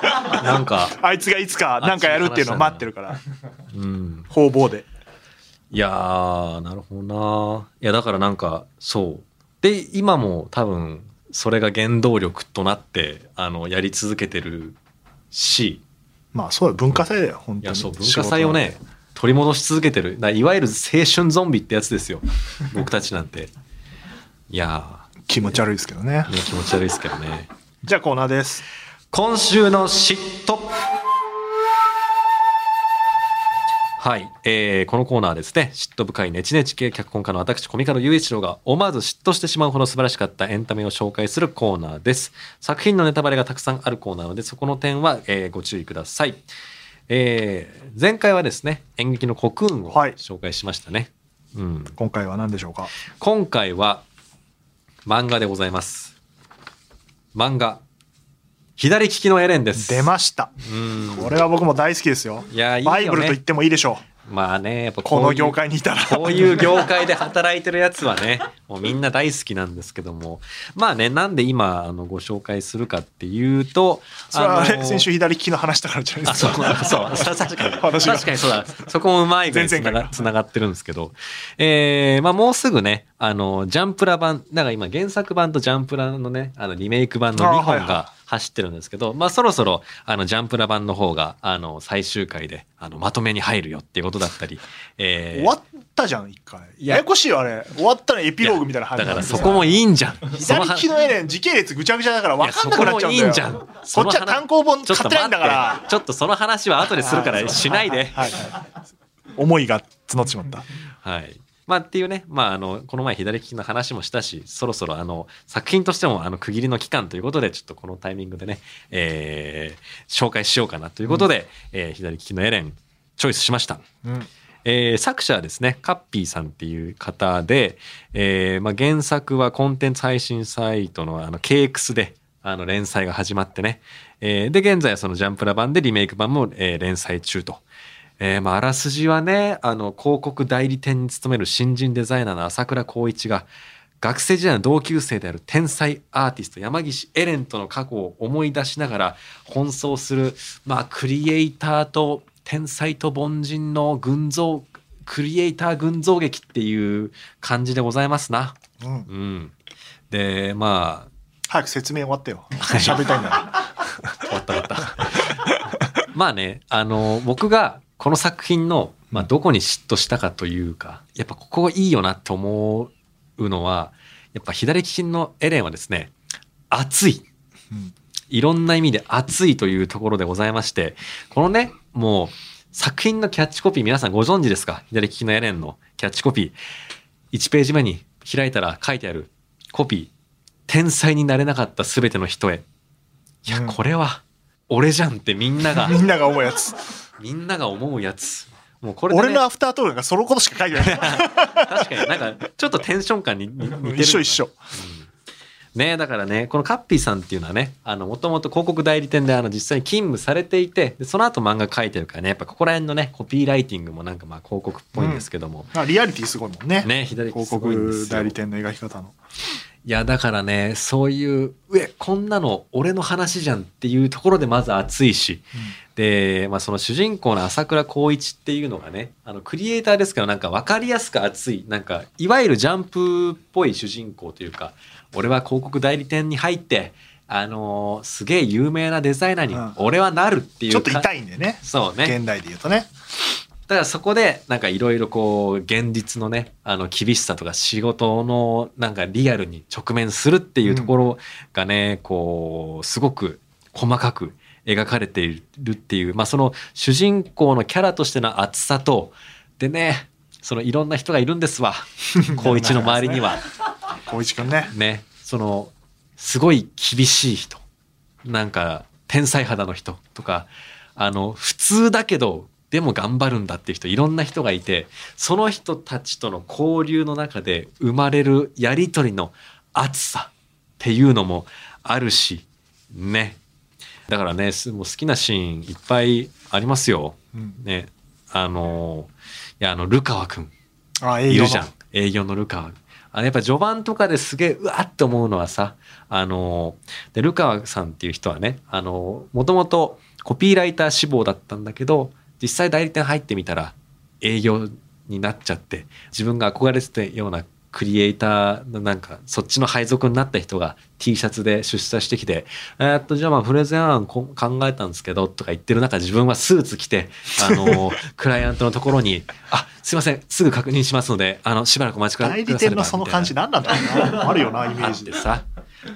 ら
なんか
あいつがいつか何かやるっていうのを待ってるから
うん
方々で
いやーなるほどないやだからなんかそうで今も多分それが原動力となってあのやり続けてるし
まあそうだよ文化祭だよ本
い
当
や
に
そう文化祭をね取り戻し続けてるだいわゆる青春ゾンビってやつですよ僕たちなんていや
気持ち悪いですけどね
ー、ね、気持ち悪いですけどね
じゃあコーナーです
今週の嫉妬はい、えーこのコーナーはですね嫉妬深いネチネチ系脚本家の私コミカの雄一郎が思わず嫉妬してしまうほど素晴らしかったエンタメを紹介するコーナーです作品のネタバレがたくさんあるコーナーなのでそこの点は、えーご注意ください、えー前回はですね演劇のコクーンを
はい
紹介しましたね、うん、
今回は何でしょうか
今回は漫画でございます漫画左利きのエレンです
出ました
うん
これは僕も大好きですよ
いやいいよね
バイブルと言ってもいいでしょ
まあねやっぱ
うこ
う
の
いう
業界にいたら
こういう業界で働いてるやつはね もうみんな大好きなんですけどもまあねなんで今あのご紹介するかっていうと
それはあれ
の
先週左利きの話だからじゃない
あ
です
そう
か
そうそう確かに
私が
確かにそうだそこもうまいぐらいつ
前
な
々回
が
が
つながってるんですけど、えーまあ、もうすぐねあのジャンプラ版だから今原作版とジャンプラのねあのリメイク版の
あー
2
は
本
い
が
は
走ってるんですけどまあ、そろそろあのジャンプラ版の方があの最終回であのまとめに入るよっていうことだったり、えー
終わったじゃん一回
いや
ややこしいよあれ終わったらエピローグみたいな話
だからそこもいいんじゃんその
左利きのエレン時系列ぐちゃぐちゃだから分かんなくなっちゃうんだよ
いやそこもいいんじゃ
こ
ん
っちは単行本
ちょっ
買
と
ってない
待っ
んだから
てちょっとその話は後でするからしないで。
はい思いが募ってしまった
はい。まあっていうね、まああの、この前左利きの話もしたし、そろそろあの、作品としてもあの、区切りの期間ということで、ちょっとこのタイミングでね、えー紹介しようかなということで、えー左利きのエレン、チョイスしました。
うん
えー作者はですねカッピーさんっていう方で、えーまあ、原作はコンテンツ配信サイトのあの KX であの連載が始まってね、えーで現在はそのジャンプラ版でリメイク版も、えー連載中と。えーまあ、あらすじはねあの広告代理店に勤める新人デザイナーの朝倉光一が学生時代の同級生である天才アーティスト山岸エレンとの過去を思い出しながら奔走する、まあ、クリエイターと天才と凡人の群像クリエイター群像劇っていう感じでございますな。
うん、
うん。で、ま
早く説明終わってよ。喋りたいんだか
あ、終わった終わった。 まあね、あの、僕がこの作品の、まあ、どこに嫉妬したかというか、やっぱここいいよなと思うのは、やっぱ左利きのエレンはですね、熱い。
ら。うん
いろんな意味で熱いというところでございまして、このね、もう作品のキャッチコピー皆さんご存知ですか左利きのエレンのキャッチコピー。1ページ目に開いたら書いてあるコピー。天才になれなかった全ての人へ。いや、
うん
これは俺じゃんってみんなが、
みんなが思うやつ。
みんなが思うやつ。もうこれでね、
俺のアフタートークがそのことしか書いてない。
確かになんかちょっとテンション感に似似てる。
一緒一緒。
ねだからねこのカッピーさんっていうのはねもともと広告代理店であの実際に勤務されていてでその後漫画描いてるからねやっぱここら辺のねコピーライティングもなんかまあ広告っぽいんですけども、
あリアリティすごいもんね。
ね左利き
広
すごいんですよ
告代理店の描き方の。
いやだからねそういう「うえこんなの俺の話じゃん」っていうところでまず熱いしで、まあ、その主人公の朝倉光一っていうのがねあのクリエイターですからなんか分かりやすく熱いなんかいわゆるジャンプっぽい主人公というか俺は広告代理店に入って、あのーすげえ有名なデザイナーに
うん
俺はなるっていう
ちょっと
か
痛いんだよね。
そうね
現代で言うとね。
だからそこでなんかいろいろこう現実のねあの厳しさとか仕事のなんかリアルに直面するっていうところがね、こうすごく細かく描かれているっていう、まあ、その主人公のキャラとしての厚さとでねそのいろんな人がいるんですわ光一の周りには。
光一くんね。
ねそのすごい厳しい人なんか天才肌の人とかあの普通だけどでも頑張るんだっていう人いろんな人がいてその人たちとの交流の中で生まれるやり取りの熱さっていうのもあるしねだからねすもう好きなシーンいっぱいありますよ。
うん
ねあのいやあのルカワ君
あ、営業
いる
の
じゃん。営業のルカワあのやっぱ序盤とかですげえうわっと思うのはさあのーでルカワさんっていう人はねあのもともとコピーライター志望だったんだけど実際代理店入ってみたら営業になっちゃって自分が憧れてたようなクリエイターのなんかそっちの配属になった人が T シャツで出社してきて「えーっとじゃあまあプレゼン案こ考えたんですけど」とか言ってる中自分はスーツ着てあのークライアントのところに「あすいませんすぐ確認しますのであのしばらくお待ちください」
代理店のその感じ何なんだろうな。あるよな、イメ
あ
ー
っ
ジ
て
で。
さ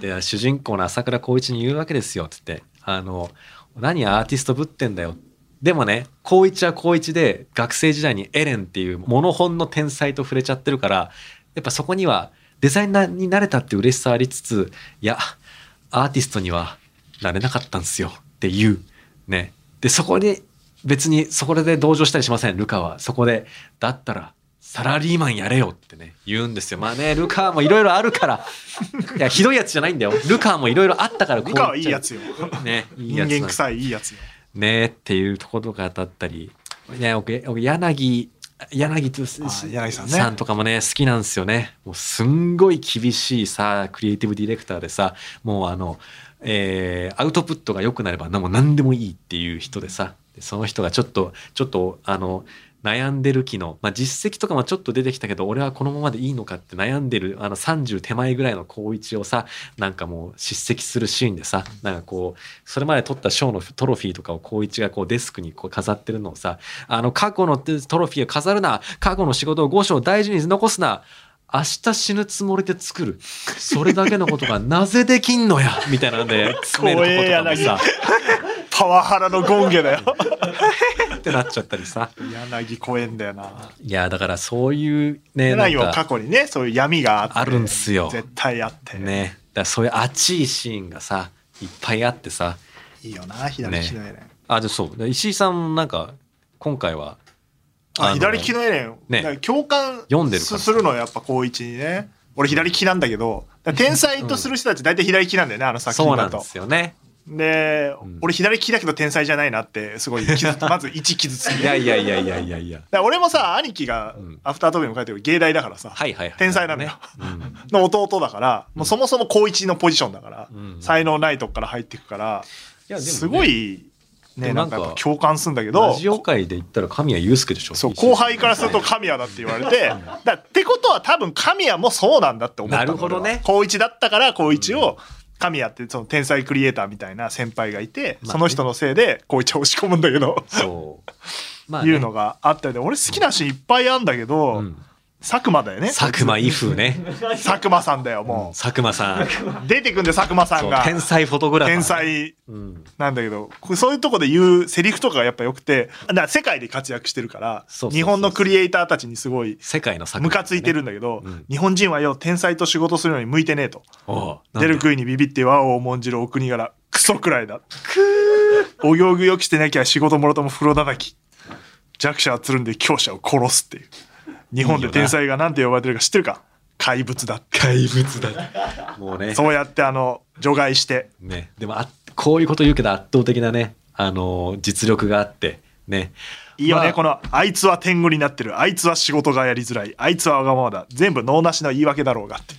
で主人公の朝倉光一に言うわけですよっつってあの何アーティストぶってんだよでもね光一は光一で学生時代にエレンっていうモノ本の天才と触れちゃってるからやっぱそこにはデザイナーになれたって嬉しさありつついやアーティストにはなれなかったんですよっていうねでそこに別にそこで同情したりしませんルカはそこでだったらサラリーマンやれよってね言うんですよまあねルカもいろいろあるからいやひどいやつじゃないんだよルカもいろいろあったからこう
ル
言っちゃ
カ
う
はいいやつよ。
ね いい
人
やつなん
間
だ
臭いいいやつよ。
ねっていうところが当たったり、ね、僕僕柳柳とす
あー柳さんね
さんとかもね好きなんですよねもうすんごい厳しいさクリエイティブディレクターでさもうあの、えーアウトプットが良くなればなもう何でもいいっていう人でさでその人がちょっとちょっとあの悩んでる期の、まあ、実績とかもちょっと出てきたけど俺はこのままでいいのかって悩んでるあの30手前ぐらいの高一をさなんかもう叱責するシーンでさなんかこうそれまで取った賞のトロフィーとかを高一がこうデスクにこう飾ってるのをさあの過去のトロフィーを飾るな過去の仕事を5章大事に残すな明日死ぬつもりで作るそれだけのことがなぜできん のやみたいなので詰めるとことかもさ
怖パワハラのゴンゲだよ。
ってなっちゃったりさ
柳怖えんだよな。
いやだからそういうねなん
柳は過
か
去にね、そういう闇があって。
あるんですよ
絶対あって。
ねだからそういう熱いシーンがさいっぱいあってさ
いいよな、左利きのエレン。
あじゃあそうで石井さんもなんか今回は
あ
あの
左利きのエレン、
ね
なんか共感
読んでる
す
感じ
するのはやっぱ高一にね俺左利きなんだけどだから天才とする人たち大体左利きなんだよね、あの作
そう
品
な
だ
んで
と
すよね
で
うん
俺左利きだけど天才じゃないなってすごい傷つ まず一傷つき
いやいやいやいやいやいや
だから俺もさ兄貴が
うん
アフタートークにも書いてる芸大だからさ、
はいはいはい
天才なんだよ
ね
の弟だからもうそもそも高一のポジションだから、
うんうん
才能ないとこから入ってくから
いやでもね
すごいね
でも
な
なんん
か
か
やっぱ共感するんだけ
ラ
ど
ジオ界で言ったら神谷祐介でしょ
そう後輩からすると神谷だって言われ てだからってことは多分神谷もそうなんだって思ったの
なるほどね
俺は高一だったから高一を神谷ってその天才クリエイターみたいな先輩がいて、
まあね
その人のせいで高一を押し込むんだけど、
そうまあね
いうのがあったりで俺好きなシーンいっぱいあんだけど、
うん
佐久間だよね
佐久間威風ね
佐久間さんだよも
佐久間さん
う、出てくんで佐久間さ
そ
ん
う
が
天才フォトグラファー
天才
うん
なんだけどこうそういうとこで言うセリフとかがやっぱよくてだから世界で活躍してるから
そうそうそう
日本のクリエイターたちにすごい
世界の作
ムカついてるんだけど、
うん
日本人はよ天才と仕事するのに向いてねえと
おう
出る杭にビビって和を重んじるお国柄クソくらいだお行儀よくしてなきゃ仕事もろとも風呂叩き弱者はつるんで強者を殺すっていう日本で天才がなんて呼ばれてるか知ってるか怪物だって
怪物だもうね
そうやってあの除外して
ねでもあこういうこと言うけど圧倒的なねあのー実力があってね
いいよね、
まあ
このあいつは天狗になってるあいつは仕事がやりづらいあいつはわがままだ全部脳なしの言い訳だろうがって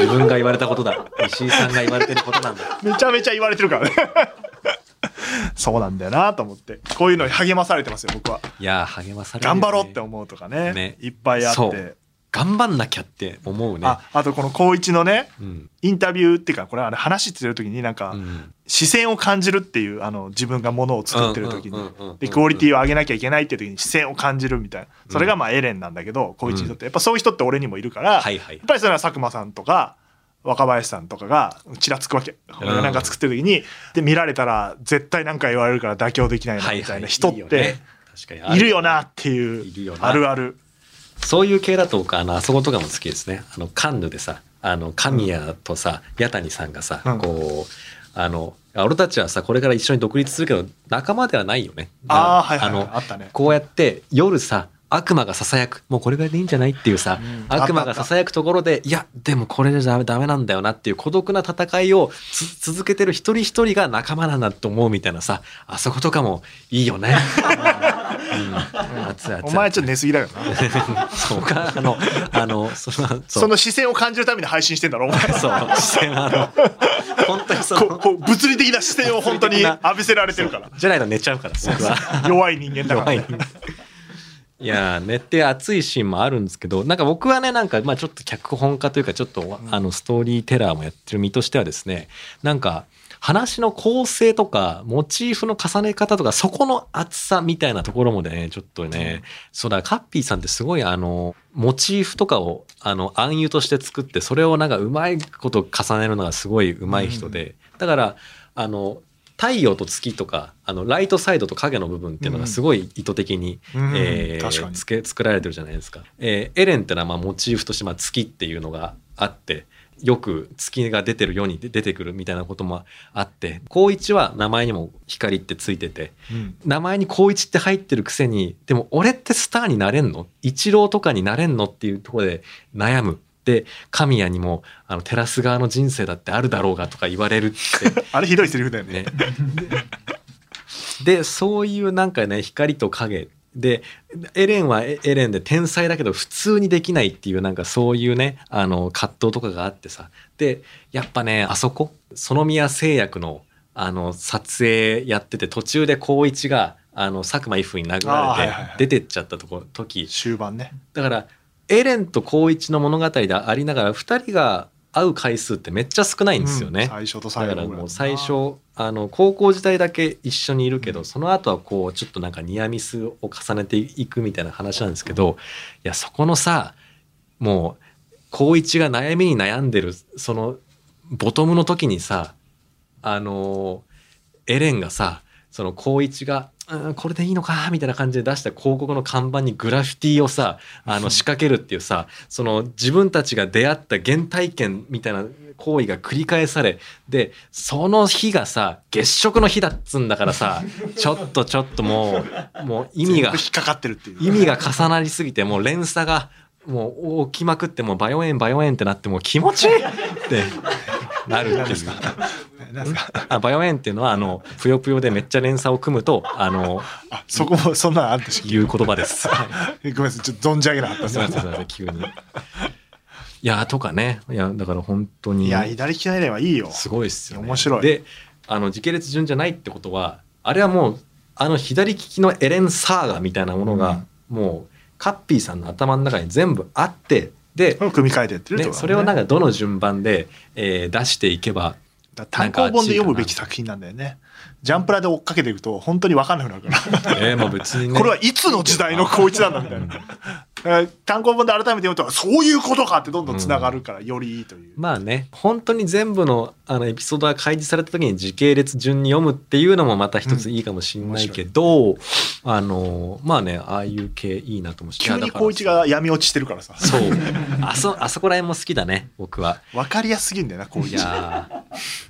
自分が言われたことだ石井さんが言われてることなんだ
めちゃめちゃ言われてるからね そうなんだよなと思ってこういうのに励まされてますよ僕はい
やー励まされるよ
頑
ね
張ろうって思うとかね
ね
いっぱいあって、
そう頑張んなきゃって思うね
ああとこの高一のね
うん
インタビューっていうかこれあれ話してる時になんか、
うん
視線を感じるっていうあの自分がものを作ってる時
うんうん
に
うんうんうん
でクオリティを上げなきゃいけないっていう時に視線を感じるみたいなそれがまあエレンなんだけど光一にとってやっぱそういう人って俺にもいるから
はい
や
はい
っぱりそれは佐久間さんとか若林さんとかがちらつくわけ俺がなんか作ってる時にで見られたら絶対なんか言われるから妥協できないな
はい
み
は
たい
い
な人っ
いいよ
て
ね確かにあ
いるよなって
いる
いう
よな
あるある
そういう系だと僕あのあそことかも好きですねあのカンヌでさあの神谷とさ八谷さんがさ、
うん
こうあのあ俺たちはさこれから一緒に独立するけど仲間ではないよね
あーはいはい
あ
はい
の
あったね
こうやって夜さ悪魔がささやくもうこれぐらいでいいんじゃないっていうさ、
うん
悪魔
あったあっ
が
た
ささやくところでいやでもこれじゃダメなんだよなっていう孤独な戦いをつ続けてる一人一人が仲間なんだと思うみたいなさあそことかもいいよね。うん熱い熱い
お前ちょっと寝すぎだよな
そうか、あの、あの、その、そう
その視線を感じるために配信してんだろお前
そう、 視線あの、本当にそ
こ
の、
こう物理的な視線 を本当に浴びせられてるから
じゃないと寝ちゃうから、僕は。
弱い人間だから
弱い
ね。
いやー、寝て熱いシーンもあるんですけど、なんか僕はね、なんか、まあちょっと脚本家というか、ちょっと、あの、ストーリーテラーもやってる身としてはですね、なんか、話の構成とか、モチーフの重ね方とか、そこの厚さみたいなところもね、ちょっとね、そうだ、カッピーさんってすごいあの、モチーフとかを、あの、暗喩として作って、それをなんかうまいこと重ねるのがすごい上手い人で、だから、あの、太陽と月とか、あの、ライトサイドと影の部分っていうのがすごい意図的に、
うん
えー
確かに
つけ作られてるじゃないですか。えーエレンってのはまあモチーフとしてまあ月っていうのがあって、よく月が出てる世に出出てくるみたいなこともあって、光一は名前にも光ってついてて、名前に光一って入ってるくせにでも俺ってスターになれんの一郎とかになれんのっていうところで悩むで神谷にもあのテラス側の人生だってあるだろうがとか言われるっ
あれひどいセリフだよ
て
ね。
ねでそういうなんかね光と影でエレンはエエレンで天才だけど普通にできないっていうなんかそういうねあの葛藤とかがあってさでやっぱねあそこ園宮製薬のあの撮影やってて途中で光一があの佐久間一風に殴
あー
ら
はい
れ
はいはい
て出てっちゃったとこ時
終盤ね。
だからエレンと光一の物語でありながら2人が会う回数ってめっちゃ少ないんですよね。
うん最初と
だ
最後
か
ぐ
ら
い
もう最初あの高校時代だけ一緒にいるけど、その後はこうちょっとなんかニアミスを重ねていくみたいな話なんですけどいやそこのさもう高一が悩みに悩んでるそのボトムの時にさあのエレンがさその高一が「うんこれでいいのか」みたいな感じで出した広告の看板にグラフィティをさあの仕掛けるっていうさその自分たちが出会った原体験みたいな行為が繰り返されでその日がさ月食の日だっつんだから さちょっとちょっともうもう意味
全
が
部引っかかってるっていう。
意味が重なりすぎてもう連鎖がもう起きまくってもうバイオエンバイオエンってなってもう気持ちいいってなるって いう。
なんですか
あバイオエンっていうのはあのぷよぷよでめっちゃ連鎖を組むとあの
あそこもそんなのあったし。
いう言葉です。
ごめんなさいちょっと存じ上げなかった
すみません
です
みません急に。いやとかねいやだから本当に
いや左利きのエレンはいいよ。
すごいっすよね。
面白い
であの時系列順じゃないってことはあれはもうあの左利きのエレン・サーガみたいなものが、もうカッピーさんの頭の中に全部あってで、
組み替えてやってるって
ね、
こと
それをな
か
んかどの順番で、えー出してい けば
単行本で読むべき作品なんだよねジャンプラで追っかけていくと本当に分かんなくなるから
えー、まあ別にね
これはいつの時代の高一なんだみ たいな。だから単行本で改めて読むとそういうことかってどんどんつながるからよりいいという。
まあね本当に全部のあのエピソードが開示された時に時系列順に読むっていうのもまた一ついいかもしれないけど、あのまあねああいう系いいなと思うし
急
いや
に
だから
高一が闇落ちしてるからさ。
そうあそあそこら辺も好きだね僕は。
分かりやすすぎんだよな高
い
一。
やー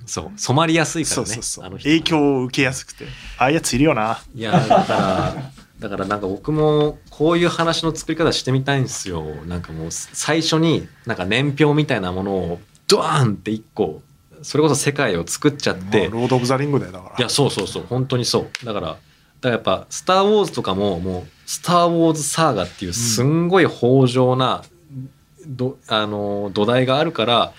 そう染まりやすいか
そ
ら
う
ね
そうそう
あの人
影響を受けやすくてああいうやついるよない
やーだからだからなんか僕もこういう話の作り方してみたいんですよなんかもう最初になんか年表みたいなものをドワーンって一個それこそ世界を作っちゃっ
もう
て
ロード・オブ・ザ・リングだよだか
い
ら
やそうそうそう本当にそうだからだからやっぱ「スター・ウォーズ」とかももう「スター・ウォーズ・サーガ」っていうすんごい豊穣な、どあの土台があるから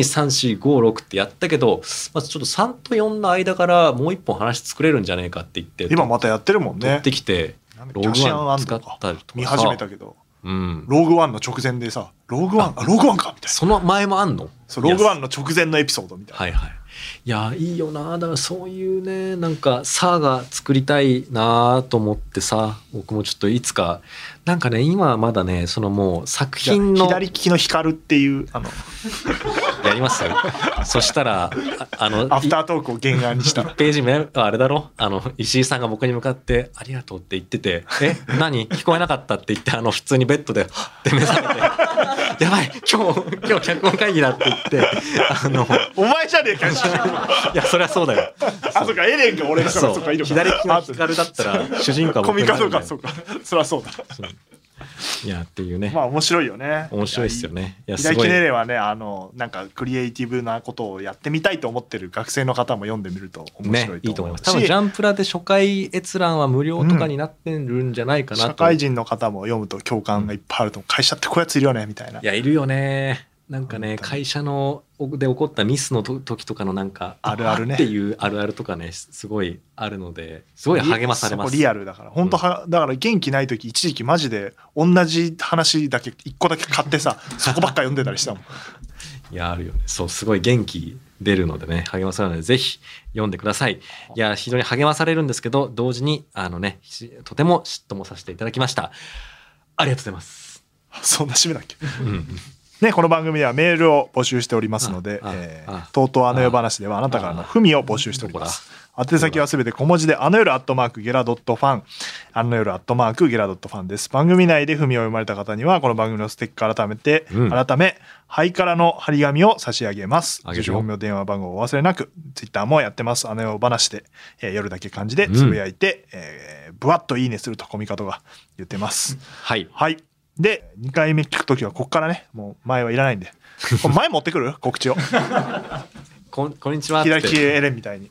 123456ってやったけど、まあ、ちょっと3と4の間からもう一本話作れるんじゃねえかって言って
今またやってるもん
取
ね
ってきて、
なんだっ
ロ
けキャシア
ー
ン
グ
ア
ワ
ンド
ン使
と
っ
か
たりとか
見
さ
始めたけど
うん、
ローグワンの直前でさローグワンあローグワンかみたいな
その前もあんの
そうローグワ
い
ンの
や
直前のエピソードみたいな
はいはいいやいいよなだからそういうねなんかサーガ作りたいなと思ってさ僕もちょっといつかなんかね今はまだねそのもう作
じゃあ
品の
左利きの光っていうあの
やりますよ そしたらあ あの
アフタートークを原案に した
1ページ目あれだろあの石井さんが僕に向かって「ありがとう」って言ってて「え何聞こえなかった」って言ってあの普通にベッドではっって 目覚めて「やばい今日今日脚本会議だ」って言ってあの
お前じゃねえか よ
いやそりゃそうだよ
あ、そうか、エレンが俺だから、
そ
そううか、いいのか。
左利きの
あ
ヒカルだったら主人公は
コ
僕
ミ
に
カ
なる
ド
んだ
か、
よ
そうか。そりゃそうだ。
いやっていうね
まあ、面白いよね。
面白いですよ。ねいやす
左利
ご
き
い
のエレンはね、あの、なんか、クリエイティブなことをやってみたいと思ってる学生の方も読んでみると面
ね
白い
いい
と
と思
思いま
いま
すす
多分ジ
し。
ャンプラで初回閲覧は無料とかになってるんじゃないかなと、。
社会人の方も読むと共感がいっぱいあると思う。会社ってこういうやついるよね、みたいない
やいるよねなんか
本
ね
当に
会社ので起こったミスのと時とかのなんか
あるあるね
っていうあるあるとかねすすごいあるのですごい励まされま
そ
す
こリアルだから。本当は、だから元気ない時、一時期マジで同じ話だけ、一個だけ買ってさ、そこばっか読んでたりしたも ん。
いやあるよねそうすごい元気出るのでね励まされるのでぜひ読んでくださいいや非常に励まされるんですけど同時にあのねしとても嫉妬もさせていただきましたありがとうございます、
そんな締めだっけ
うん、
ね、この番組ではメールを募集しておりますので
ああ、
え
あ
ーとうとうあの世話ではあなたからの文を募集しております。宛先はすべて小文字で、あの夜アットマークゲラドットファン、あの夜アットマークゲラドットファンです。番組内で文を読まれた方には、この番組のステッカー改めて、
うん
改め、ハイカラの張り紙を差し上げます。
あげる
住所、
よ
本名、電話番号をお忘れなく、ツイッターもやってます。あの夜話で、えー夜だけ漢字でつぶやいて、えーぶわっといいねするとコミカドが言ってます。
はい
はい。で、2回目聞くときは、こっからね、もう前はいらないん で。これ前持ってくる告知を。
こんこんにちは
左利き
って
エレンみ たいに。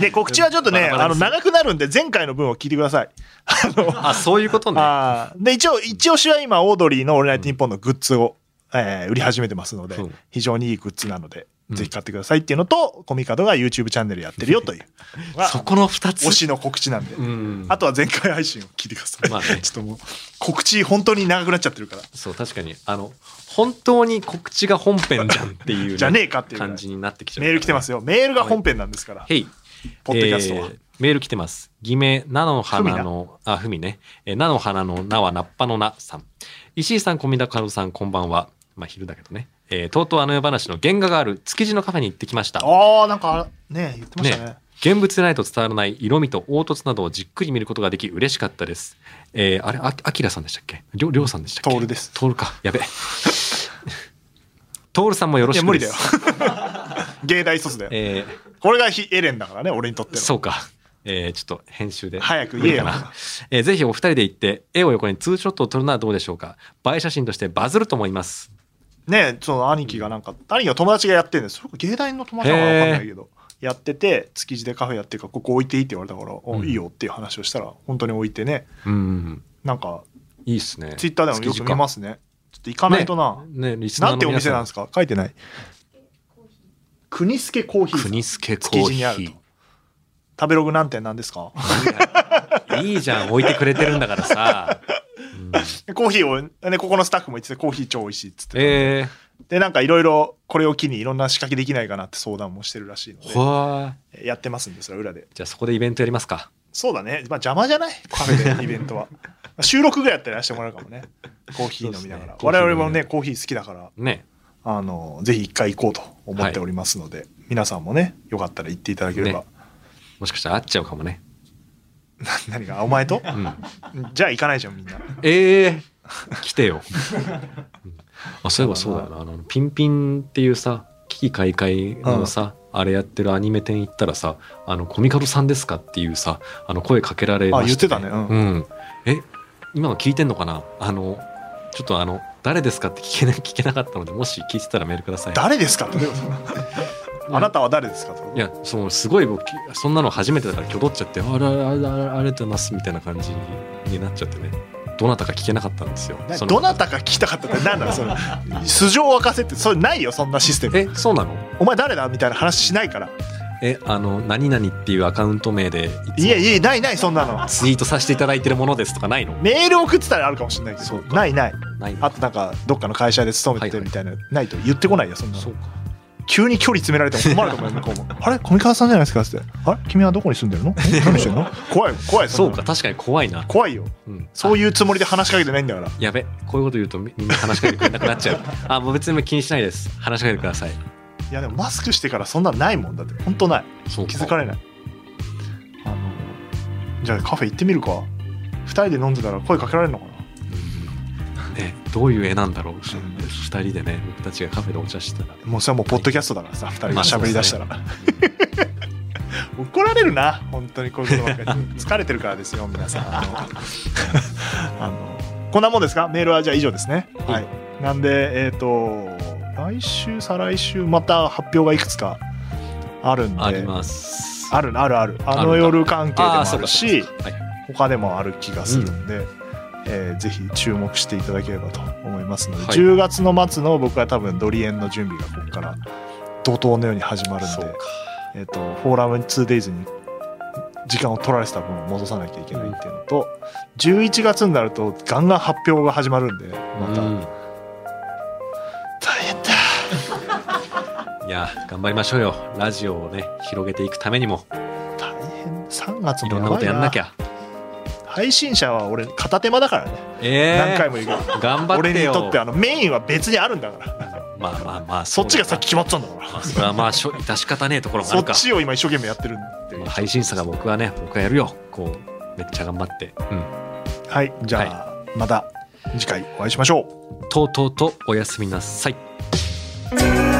で、告知はちょっとね、
バラバラ
あ
で
の、
す
長くなるんで、前回の分を聞いてください。あの、
あそういうことね
あーで、一応、一押しは今、オードリーのオールナイトニッポンのグッズを、えー売り始めてますので
そう、
非常にいいグッズなので、
うん
ぜひ買ってくださいっていうのと、コミカドが YouTube チャンネルやってるよという、
そこの2つ
推しの告知なんで
う。ん
あとは前回配信を聞いてください。
まあ ね
ちょっともう、告知本当に長くなっちゃってるから。
そう確かにあの本当に告知が本編じゃんっていうね、
じゃねえかっていうぐらい
感じになってきちゃう
メール来てます
よ
よ。メールが本編なんですから。
へい
ポッドキャストは
えーメール来てます偽名菜の花のあふみねえー菜の花の菜は菜っぱの菜さん石井さん小見田和夫さんこんばんはまあ昼だけどね、えーとうとうあの世話の原画がある築地のカフェに行ってきました
ああ、なんか、ね、言ってましたね。
現物でないと伝わらない色味と凹凸などをじっくり見ることができ嬉しかったです。えーあれああきらさんでしたっけりょりょうさんでしたっけ
トールです
トールかやべ トールさんもよろ
い
し
や、
く
無理
で
だよ
す。。
芸大卒だよ。
え
これがひエレンだからね、俺にとっ
ー
ての。
そうか、えーちょっと編集で
早く
無
言え
理か
よ。
な、えーぜひお二人で行って絵を横にツーショットを撮るのはどうでしょうか映え写真としてバズると思います
ね、その兄貴がなんか、兄貴の友達がやってるんです。それこそ芸大の友達なのかわかんないけど。やってて築地でカフェやってるからここ置いていいって言われたから、お
うん
いいよっていう話をしたら本当に置いてね
うん
なんか
いいっすね
ツイッターでもよく見ますすねちょっと行かないとな、
ねリス
な
ナーの
んてお
皆
店
さ
なんですか書いてない国助コーヒーさん
国助コ
築
ー
地
ヒ
にある
ー
と食べログ何点なんですか
いいじゃん、置いてくれてるんだからさ。うん、
コーヒーを、ね、ここのスタッフも言ってて、コーヒー超美味しいっつって。
え
で、なんかいろいろ、これを機にいろんな仕掛けできないかなって相談もしてるらしいの
ー、わー
で、やってますんですよ、裏で。
じゃあそこでイベントやりますか。
そうだね。まあ邪魔じゃないカフ ェでイベントは。収録ぐらいやったらやらしてもらうかもね。コーヒー飲みながら。
そうで
我
すね
々もね、コーヒー好きだから、
ね。
あの、ぜひ一回行こうと思っておりますので、皆さんもね、よかったら行っていただければ。
ねもしかしたら会っちゃうかもね。
何が、あお前 と
うん、
じゃあ行かないじゃん、みんな。
ええ来てよ。うん あそういえばそうだよな。あの、ピンピンっていうさ、危機開会のさ、あれやってるアニメ店行ったらさ、あの、コミカドさんですかっていうさ、あの、声かけられま
あ、言っ
して
てたね。うん。
うん。え、今の聞いてんのかなあの、ちょっとあの、誰ですかって聞けな 聞けなかったので、もし聞いてたらメールください。
誰ですかって。あなたは誰ですか
いや、そう、すごい僕、そんなの初めてだから、きょどっちゃって、あらあらあらあらありがとうございますみたいな感じになっちゃってね、どなたか聞けなかったんですよ。
な
その
どなたか聞きたかったって何なのその素性を明かせってそれないよそんなシステム
え、そうなの
お前誰だみたいな話しないから
え、あの、何々っていうアカウント名で、いつも
いえいえないないそんなの
ツイートさせていただいてるものですとかないの
メール送ってたらあるかもしれないけ
そ
ど
うか
ないない
ないの
あとなんかどっかの会社で勤めて
はいは
る
い
みたいな、ないと言ってこないよそんなの
そうか。
急に距離詰められても困ると思うよ向こうもあれ富川さんじゃないですかってあれ君はどこに住んで るのえ何してるの怖い怖い
そ
ん
う
なの
か、確かに怖いな。
怖いよ
うん、
そういうつもりで話しかけてないんだから
やべ、こういうこと言うとみみんな話しかけてくれなくなっちゃう。 あ、もう別に気にしないです。話しかけてください。
いやでもマスクしてからそんなのないもんだって本当ない
そう
気づかれないあのじゃあカフェ行ってみるか2人で飲んでたら声かけられるのかな
ね、どういう絵なんだろう、ふ二人でね、僕たちがカフェでお茶してたら。
もうそれはもうポッドキャストだからさ2人が
まあ
喋りだしたら、 怒られるな本当にこういうことばっかり 疲れてるからですよ皆さんあのあのこんなもんですかメールはじゃあ以上ですねはい、なんでえっ、と来週再来週また発表がいくつかあるんで
あります。
あるなあるあるあ
あるん
の
だ
夜関係でも
あー
あ
そう
る
か
し
そうかはい
他でもある気がするんで、えーぜひ注目していただければと思いますので、
はい
10月の末の僕は多分ドリエンの準備がここから怒涛のように始まるん
そう
で
か、
えー、とフォーラム 2days に時間を取られてた分を戻さなきゃいけないっていうのと11月になるとガンガン発表が始まるんでまた、
うん
大変だ
いや頑張りましょうよラジオをね広げていくためにも
大変3月
い
も
ろ
や
んなこ
ば
と
い
や
なん
なきゃ
配信者は俺片手間だからね、
えー、
何回も言うけど
頑張
俺
って
に
よ
とってあのメインは別にあるんだから
まあまあまあ
そっちが
さ
先
っき
決まってたんだから
まあ、それはまあしょ致し方ねえところもあ
そ
る
っ
か、
ちを今一生懸命やってるっていう
まあ、配信者が僕はね僕はやるよこうめっちゃ頑張ってうん
はいじゃあ、また次回お会いしましょう
とうとうとおやすみなさい
「